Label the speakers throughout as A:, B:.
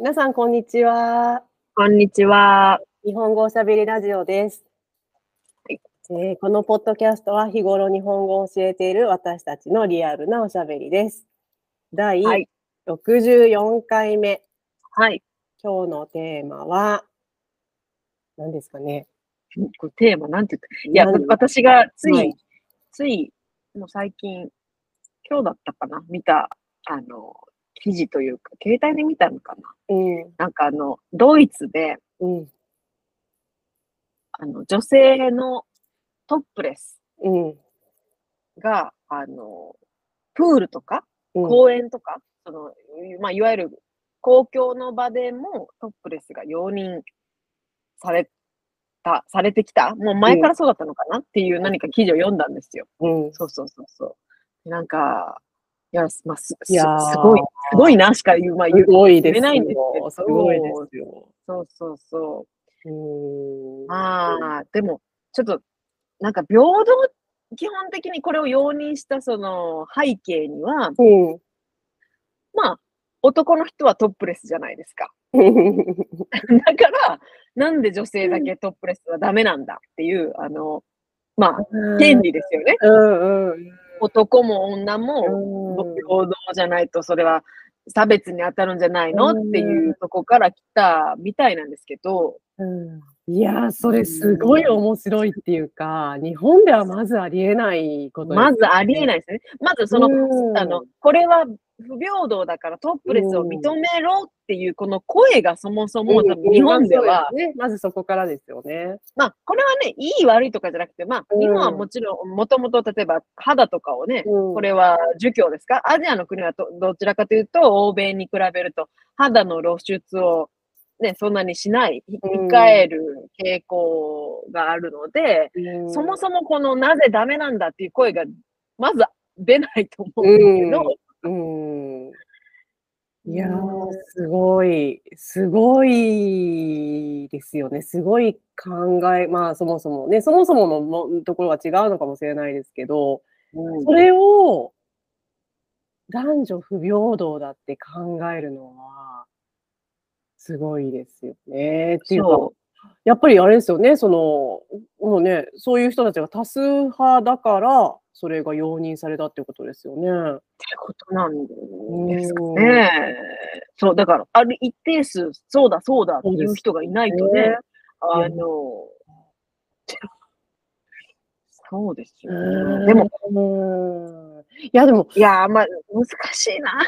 A: 皆さん、こんにちは。
B: こんにちは。
A: 日本語おしゃべりラジオです。
B: はい
A: えーこのポッドキャストは日頃日本語を教えている私たちのリアルなおしゃべりです。第
B: はい
A: 64回目、
B: はい。
A: 今日のテーマは、何ですかね。
B: これテーマなんて言ったいや、
A: 何
B: 私がつい、
A: はい
B: つい、もう最近、今日だったかな見た、あの、記事というか、携帯で見たのかな
A: うん、
B: なんかあの、ドイツで、
A: うん、
B: あの、女性のトップレス
A: うん、
B: が、あの、プールとか、
A: うん。
B: 公園とか、そのまあ、いわゆる公共の場でもトップレスが容認された、されてきた、もう前からそうだったのかなっていう何か記事を読んだんですよ。
A: うん
B: そうそうそうそう。なんか、いや、まあ、すす
A: いやー
B: すごい、すごいなしか言う、まあ、言
A: す
B: う。
A: ごいです
B: 言えないんですけ
A: よ。
B: ど
A: すごいですよ。
B: そうそうそう
A: ー
B: う。
A: ん。
B: まあ、でも、ちょっと、なんか平等、基本的にこれを容認したその背景には、
A: うん。
B: まあ、男の人はトップレスじゃないですか。
A: う
B: だから、なんで女性だけトップレスはダメなんだっていう、あの、まあ、
A: ん
B: 権利ですよね。
A: うんうん。
B: 男も女も
A: うん
B: 平等じゃないと、それは差別に当たるんじゃないの
A: うん
B: っていうとこから来たみたいなんですけど、
A: いやーそれすごい面白いっていうか、日本ではまずありえないこと
B: まずありえ
A: い。
B: ないですね。まずその
A: うん、
B: あの、これは不平等だからトップレスを認めろっていう、この声がそもそも多分日本では、
A: ね、まずそこからですよね。
B: まあ、これはね、いい悪いとかじゃなくて、まあ、日本は
A: うん
B: もちろん、もともと例えば肌とかをね、
A: こ
B: こ、れは儒教ですかアジアの国はどどちらかというと、欧米に比べると肌の露出を、ね、そんなにしない、ひ
A: うん
B: 控える傾向があるので、そもそもこのなぜダメなんだっていう声がまず出ないと思うんですけど、
A: も。うん、いや
B: う
A: ー
B: ん
A: すごい、すごいですよね。すごい考え、まあそもそもね、そもそものもところが違うのかもしれないですけど、
B: うん
A: それを男女不平等だって考えるのは、すごいですよね。っていうか、
B: そ
A: やっぱりあれですよね、その、もうね、そういう人たちが多数派だから、それが容認されたっていうことですよね。
B: うってことなんですかね。そう、だから、ある一定数、そうだそうだっていう人がいないとね、
A: そう
B: あ
A: ですね
B: の、 そうですよ
A: うん
B: ね。でも、、
A: うんいやでも、
B: いやー、まあ、難しいな。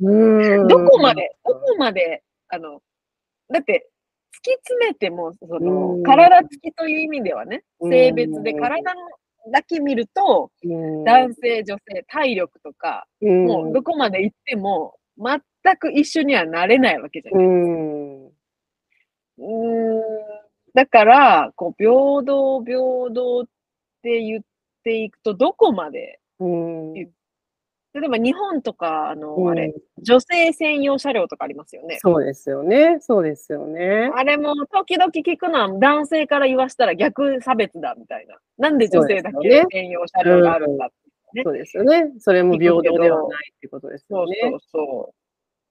A: うん
B: どこまで、どこまで、あの、だって、突き詰めても、そ
A: うん
B: の、体つきという意味ではね、性別で
A: うん
B: 体のだけ見ると、
A: うん
B: 男性、女性、体力とか、
A: うん
B: もうどこまで行っても、全く一緒にはなれないわけじゃ
A: う
B: ない。
A: ん
B: うーんだから、こう、平等、平等って言っていくと、どこまで、
A: うん
B: 言例えば日本とか、あの、
A: うん
B: あれ、女性専用車両とかありますよね。
A: そうですよね。そうですよね。
B: あれも時々聞くのは男性から言わしたら逆差別だみたいな。なんで女性だ
A: そうですよ
B: け
A: ね
B: 専用車両があるんだって。ね
A: そうですよね。それも平等ではないってことです
B: そ
A: よ
B: う
A: ね。
B: そうそ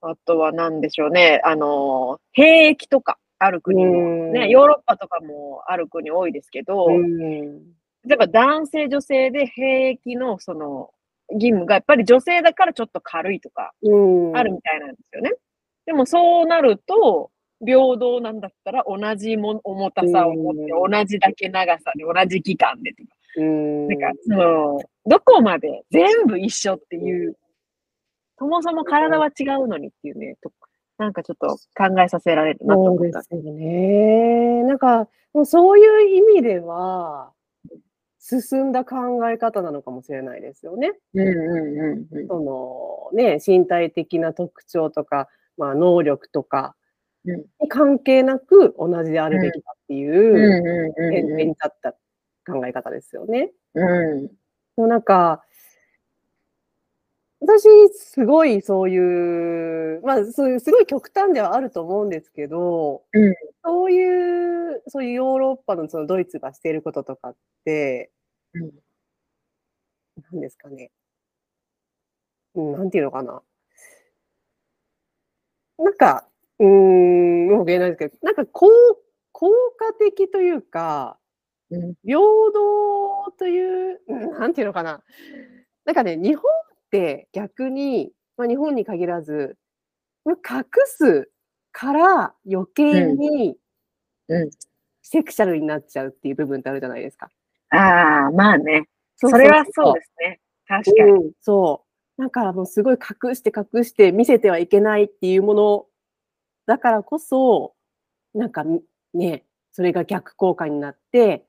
B: う。あとは何でしょうね。あの、兵役とかある国も、
A: うん
B: ね、ヨーロッパとかもある国多いですけど、
A: うん
B: 例えば男性女性で兵役のその義務がやっぱり女性だからちょっと軽いとか
A: うん
B: あるみたいなんですよね。でもそうなると、平等なんだったら同じも重たさを持って、
A: う
B: 同じだけ長さで、同じ期間でとか、
A: うん
B: なんかその、どこまで全部一緒っていう、そもそも体は違うのにっていうね、となんかちょっと考えさせられるなと
A: そう
B: 思っ
A: で
B: た。
A: すよね。なんか、もうそういう意味では、進んだ考え方なのかもしれないですよね。
B: うんうんうんうん
A: そのね、身体的な特徴とか、まあ、能力とか
B: うん
A: に関係なく同じであるべきだって
B: うん
A: いう
B: うん
A: 前
B: うん
A: 提に立った考え方ですよね。
B: うん
A: でもなんか、私、すごいそういう、まあ、そういう、すごい極端ではあると思うんですけど、
B: うん
A: そういう、そういうヨーロッパのそのドイツがしていることとかって、
B: うん
A: なんですかね。うんなんていうのかな。なんか、うーん、もう言えないですけど、なんか効効果的というか、
B: うん
A: 平等という、うんなんていうのかな。なんかね、日本って逆に、まあ、日本に限らず、隠すから余計に、
B: うんうん
A: セクシャルになっちゃうっていう部分ってあるじゃないですか。
B: ああ、まあね。それはそうですね。確かに。
A: うんそう。なんかもうすごい隠して隠して見せてはいけないっていうものだからこそ、なんかみね、それが逆効果になって、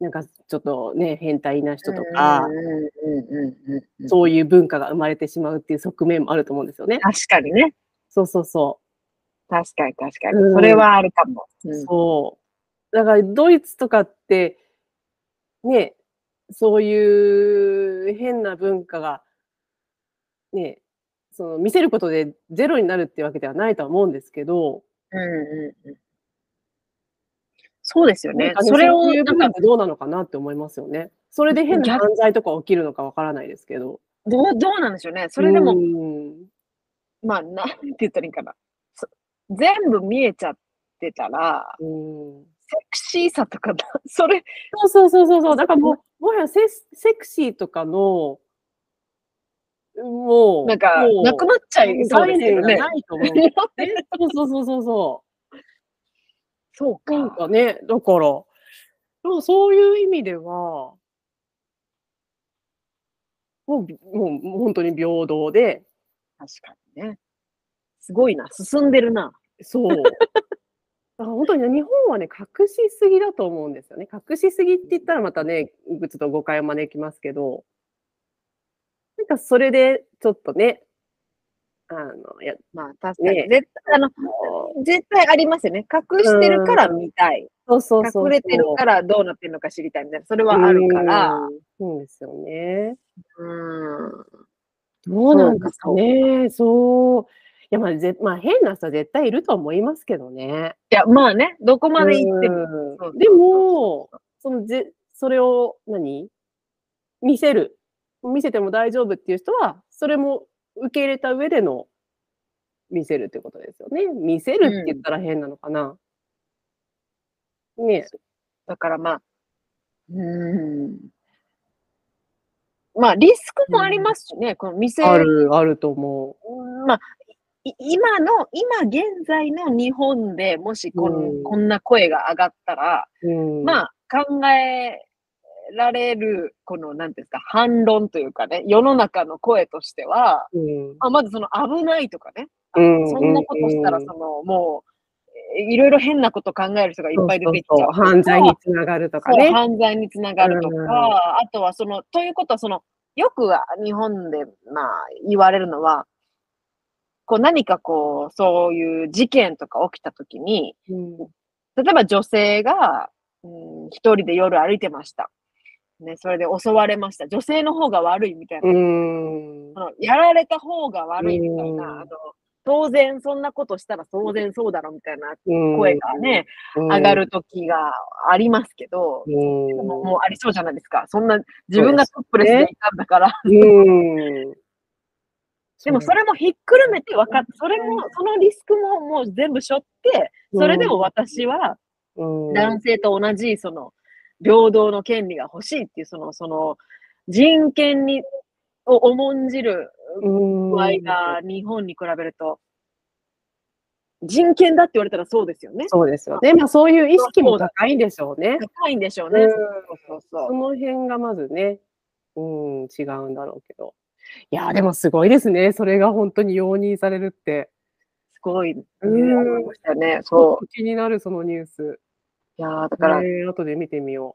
A: なんかちょっとね、変態な人とか
B: う、んうんうんうんうん
A: そういう文化が生まれてしまうっていう側面もあると思うんですよね。
B: 確かにね。
A: そうそうそ
B: 確かに確か
A: うん
B: に。それはあるかも。う
A: う。
B: ん
A: そう。だからドイツとかって、ね、そういう変な文化が、ね、その見せることでゼロになるってわけではないとは思うんですけど、
B: うんうんうんそうですよね
A: なんか。ね
B: それ
A: そ
B: を
A: ういう
B: な
A: 文
B: ん
A: 化
B: か
A: ってどうなのかなって思いますよね。それで変な
B: 逆
A: 犯罪とか起きるのかわからないですけど。
B: どうどうなんでしょうね。それで
A: う
B: も、
A: ん
B: まあ、なん て言ったらいいんかな。そ全部見えちゃってたら、
A: うん
B: セクシーさとかな、 それ、
A: そうそうそうそうそう。だからもう、もはやセセクシーとかの、もう、
B: なんか
A: も、う
B: なくなっちゃいそうで
A: 概
B: すよ
A: 念が
B: ね。
A: ないと 思う。ねそうそうそうそうそ
B: そう
A: う。なん
B: か。
A: かね、だから、でもそういう意味では、もうび、もうもう本当に平等で、
B: 確かにね。すごいな。進んでるな。
A: そう。だから本当にね日本はね、隠しすぎだと思うんですよね。隠しすぎって言ったらまたね、ちょっと誤解を招きますけど、なんかそれでちょっとね、あの、いや、
B: まあ、確か
A: ね
B: に。絶対、あの、
A: そ
B: 絶対ありますよね。隠してるから見たい。
A: うそうそうそう。
B: 隠れてるからどうなってるのか知りたいみたいな。それはあるから。
A: うん。そうですよね。
B: うん。
A: どうなんですかね。そう。いや、まあ、ぜまあ、変な人は絶対いると思いますけどね。
B: いや、まあね、どこまで行っても。
A: うん
B: そうそうそう
A: でも、そのぜそれを何見せる。見せても大丈夫っていう人は、それも受け入れた上での見せるってことですよね。見せるって言ったら変なのかな。ね
B: だからまあ、うん。まあ、リスクもありますしね、この店、
A: ある、あると思
B: うんまあ、い今の、今現在の日本でもしこん,、
A: うん
B: こんな声が上がったら、
A: う。うん、
B: ま
A: あ、
B: あ、考えられる、この、なんていうんですか、反論というかね、世の中の声としては、
A: うん、
B: まあ、まずその危ないとかね、
A: うん
B: そんなことしたら、
A: うん
B: その、もう、えいろいろ変なこと考える人がいっぱい出てきちゃう
A: そうそうそう犯罪につながるとか
B: そう
A: ね。
B: 犯罪につながるとか、
A: うん
B: あとはその、ということはその、よくは日本で、まあ、言われるのは、こう何かこう、そういう事件とか起きたときに、
A: うん
B: 例えば女性が、うん、一人で夜歩いてました。ね、それで襲われました。女性の方が悪いみたいな。
A: うん
B: そのやられた方が悪いみたいな、
A: うん
B: あの当然そんなことしたら当然そうだろみたいな
A: うん
B: 声がね、上がる時がありますけど、
A: うん
B: もうもうありそうじゃないですか。そんな自分がトップレスでいたんだから。
A: うん
B: でもそれもひっくるめて分かって、それも、そのリスクももう全部背負って、それでも私は
A: うん
B: 男性と同じ、その、平等の権利が欲しいっていう、その、その、人権に、を重んじる
A: うん
B: 具合が日本に比べると、人権だって言われたらそうですよね。
A: そうですよね。まあそういう意識も高いんでしょうね。
B: 高いんでしょう
A: う
B: ね
A: ん。
B: そ
A: そ
B: うそう。
A: の辺がまずね、うん、違うんだろうけど。いやー、でもすごいですね。それが本当に容認されるって。
B: すごい、ね、
A: うん
B: 思いましたね。そう。
A: 気になる、そのニュース。
B: いやーだ
A: え
B: から、
A: ー後で見てみよ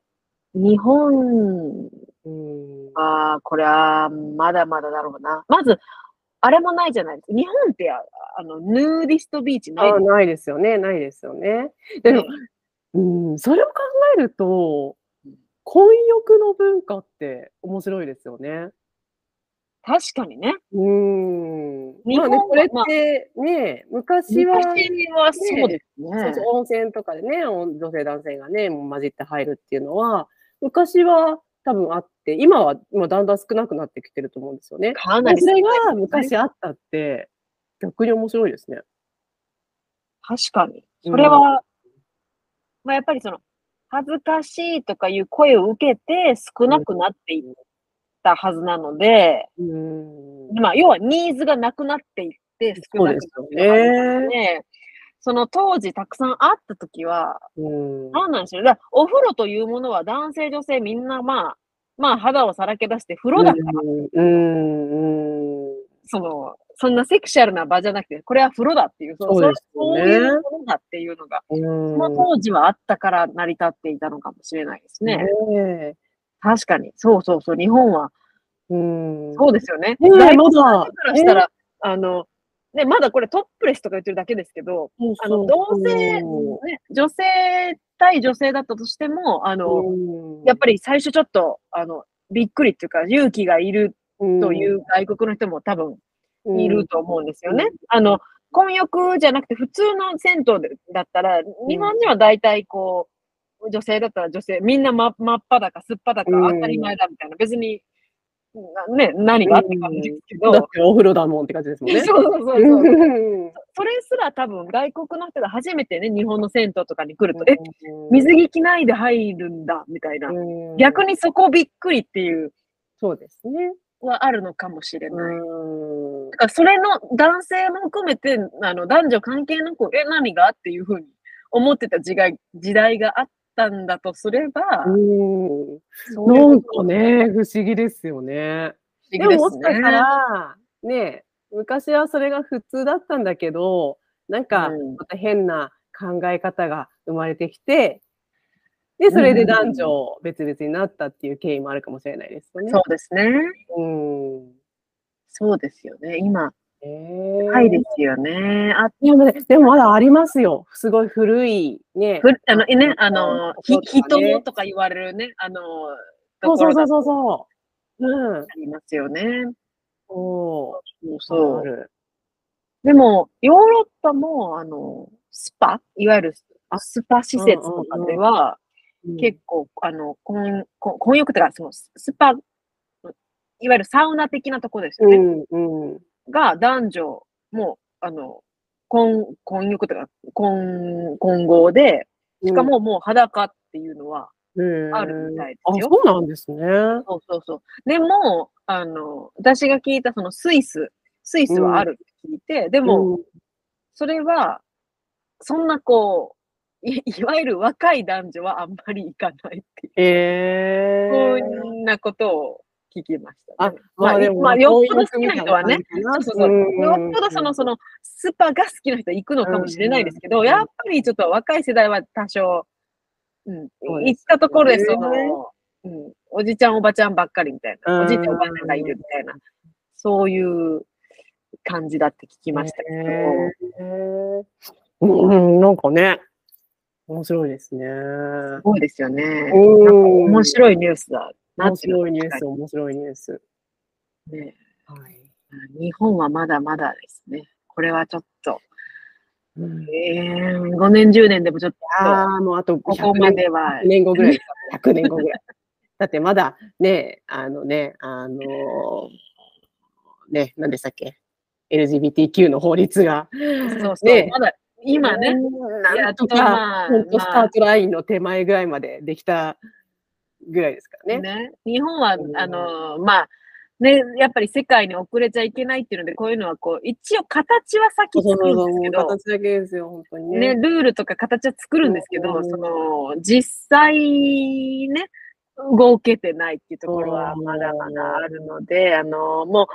B: 日本
A: う。うん。
B: は、これは、まだまだだろうな。まず、あれもないじゃないですか。日本って、ああの、ヌーディストビーチない
A: あ
B: です
A: ないですよね、ないですよね。でも、うん、それを考えると
B: うん、
A: 混浴の文化って面白いですよね。
B: 確かにね。
A: うん。
B: 日
A: まあ
B: 本は
A: ね、これっ
B: まあ
A: てね、昔
B: 昔
A: は、
B: はそうですね。
A: そうそう温泉とかでね、お女性男性がね、もう混じって入るっていうのは、昔は多分あって、今はもうだんだん少なくなってきてると思うんですよね。
B: かなり
A: そ
B: 少な
A: れ
B: い
A: が昔あったって、逆に面白いですね。
B: 確かに。それは、まあ、やっぱりその、恥ずかしいとかいう声を受けて少なくなっていったはずなので、
A: うん。
B: まあ、要はニーズがなくなっていって少なくなってい
A: そうです
B: った
A: よね
B: ので、その当時たくさんあった時は、
A: うん。
B: なんなんでしょうね。だからお風呂というものは男性女性みんなまあ、まあ肌をさらけ出して風呂だから、
A: うん。うん。
B: その、そんなセクシャルな場じゃなくて、これは風呂だっていう、その
A: そうです
B: そ
A: よ
B: う
A: ね
B: いうものだっていうのが、
A: うん
B: その当時はあったから成り立っていたのかもしれないですね。
A: え
B: 確かに。そうそうそう。日本は、
A: うん。
B: そうですよね。
A: ねえ
B: 外国
A: まだ
B: からしたら、あの、ね、まだこれトップレスとか言ってるだけですけど、
A: そう
B: あの、同性、ね、女性対女性だったとしても、あの、やっぱり最初ちょっと、あの、びっくりっていうか、勇気がいるというう外国の人も多分
A: ん
B: いると思うんですよね。あの、混浴じゃなくて普通の銭湯でだったら、日本人は大体こう、女性だったら女性、みんなま真っ裸、すっぱだか
A: うん
B: 当たり前だみたいな、別に、なね、何があって感じですけど、
A: だってお風呂だもんって感じですもんね。
B: そうそうそうそう。
A: うん
B: それすら多分外国の人が初めてね、日本の銭湯とかに来ると、え、水着着ないで入るんだ、みたいな。
A: うん
B: 逆にそこびっくりっていう
A: そうですね。
B: はあるのかもしれない。
A: うん
B: だからそれの男性も含めてあの男女関係なくえ何がっていうふうに思ってた時代時代があったんだとすれば、
A: うん
B: そうい
A: な
B: うん
A: かね、不思議ですよね。
B: 不
A: でも
B: 思議で
A: も
B: す
A: し
B: ね
A: かしたら、ね、昔はそれが普通だったんだけど、なんか
B: うん
A: また変な考え方が生まれてきて、で、それで男女別々になったっていう経緯もあるかもしれないですよね
B: そ。うですね
A: うん。
B: そうですよね今
A: え
B: はいで
A: い
B: すよねあ
A: やでもねでもまだありますよ。すごい古いね。
B: ふあのえねあのひ
A: そうですかね
B: 人とか言われるねあの
A: そう
B: と
A: そ
B: こ
A: うそう
B: ろが
A: そうそう。うん。
B: ありますよね
A: おー
B: そう
A: ある。
B: でもヨーロッパもあのスパいわゆるスパ施設とかでは、
A: うん
B: 結構、あの、混混混浴とか、そのススパ、いわゆるサウナ的なとこですよね。
A: うんうん。
B: が、男女、もう、あの、混、混浴とか、混、混合で、しかももう裸っていうのは、
A: うん、
B: あるみたいです
A: あ、
B: よ
A: そうなんですね。
B: そうそうそう。でも、あの、私が聞いたそのスイス、スイスはあるって聞いて、で
A: で
B: も、、それは、そんなこう、い いわゆる若い男女はあんまり行かないっていう、
A: えー、
B: こんなことを聞きました、ね。
A: あ、
B: まあまあよっぽど好きな人はね、そうそうそう。よっぽどその、そ
A: の、
B: の、スーパーが好きな人は行くのかもしれないですけど、
A: うん
B: やっぱりちょっと若い世代は多少、うん、
A: そうですよね
B: 行ったところで、その、うん、おじちゃん、おばちゃんばっかりみたい
A: うん
B: な、おじいちゃん、おばあちゃんがいるみたいな、そういう感じだって聞きましたけど、
A: えーうん、なんかね、面白いですね。
B: すごいですよね。
A: うん
B: なんか面白いニュースだな
A: 面
B: ってうの
A: 白
B: はい
A: ニュース、面白いニュース。
B: ね。
A: はい。
B: 日本はまだまだですね。これはちょっと、
A: うん、
B: えー、5年、10年でもちょっと、
A: ああ、もうあと
B: こ
A: 100
B: こま
A: 年
B: では
A: 100年後ぐらいですか、100年後ぐらい。だってまだね、あのね、あのーね、何でしたっけ ?LGBTQ の法律が。
B: そうそう、
A: ね
B: まだ今ね、
A: うん
B: や
A: な
B: っ
A: ん
B: と
A: と
B: ま
A: か、
B: あ
A: ほんと
B: まあ
A: スタートラインの手前ぐらいまでできたぐらいですからね。
B: ね日本は、
A: うん
B: あのまあね、やっぱり世界に遅れちゃいけないっていうので、こういうのはこう一応形は先
A: そうそう
B: 作
A: そうそ
B: るん
A: う、
B: です
A: も
B: け
A: う
B: ど、
A: 形だけですよ、本当にね。
B: ねルールとか形は作るんですけど、
A: うん
B: その実際ね、動けてないっていうところはまだまだあるので、あのもう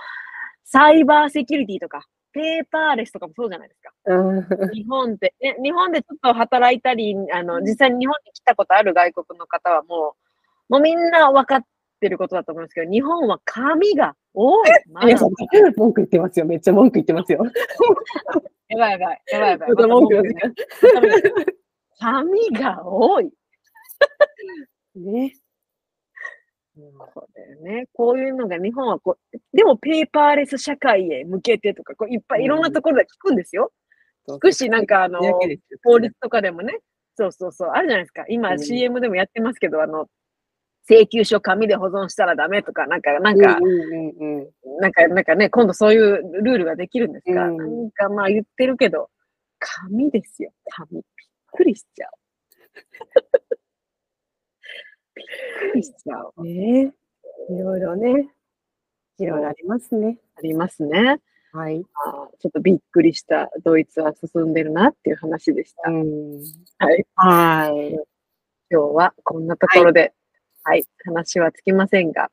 B: サイバーセキュリティとか、ペーパーレスとかもそうじゃないですか。
A: うん
B: 日本で、ね、日本でちょっと働いたり、あの、実際に日本に来たことある外国の方はもう、もうみんな分かってることだと思うんですけど、日本は紙が多 い。まだ
A: いやそう文句言ってますよ、めっちゃ文句言ってますよ。
B: やばいやばい、やばいやばい。
A: また文句言ってます
B: また文句言って紙が多い。
A: よね。
B: これね、こういうのが日本はこう、でもペーパーレス社会へ向けてとか、こういっぱいいろんなところで聞くんですよ。聞くし、なんかあの、法律とかでもね、そうそうそう、あるじゃないですか。今、
A: うん
B: CM でもやってますけど、あの、請求書紙で保存したらダメとか、なんか、なん
A: うんう
B: か、
A: んうんうん
B: なんか、なんかね、今度そういうルールができるんですか。
A: うん
B: なんかまあ言ってるけど、紙ですよ、紙。びっくりしちゃう。 びっくりしちゃう。
A: ねえいろいろね、いろいろありますね。
B: ありますね。
A: はい。
B: あーちょっとびっくりしたドイツは進んでるなっていう話でした。
A: うん。
B: はい。
A: はい。
B: 今日はこんなところで、はい、話はつきませんが、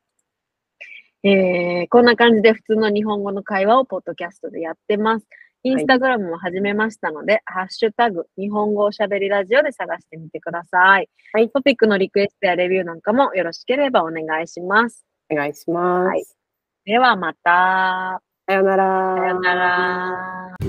B: えー、こんな感じで普通の日本語の会話をポッドキャストでやってます。インスタグラムも始めましたので、ハッシュタグ、日本語おしゃべりラジオで探してみてください。
A: はい
B: トピックのリクエストやレビューなんかもよろしければお願いします。
A: お願いします。
B: はいではまた。
A: さよなら。
B: さよなら。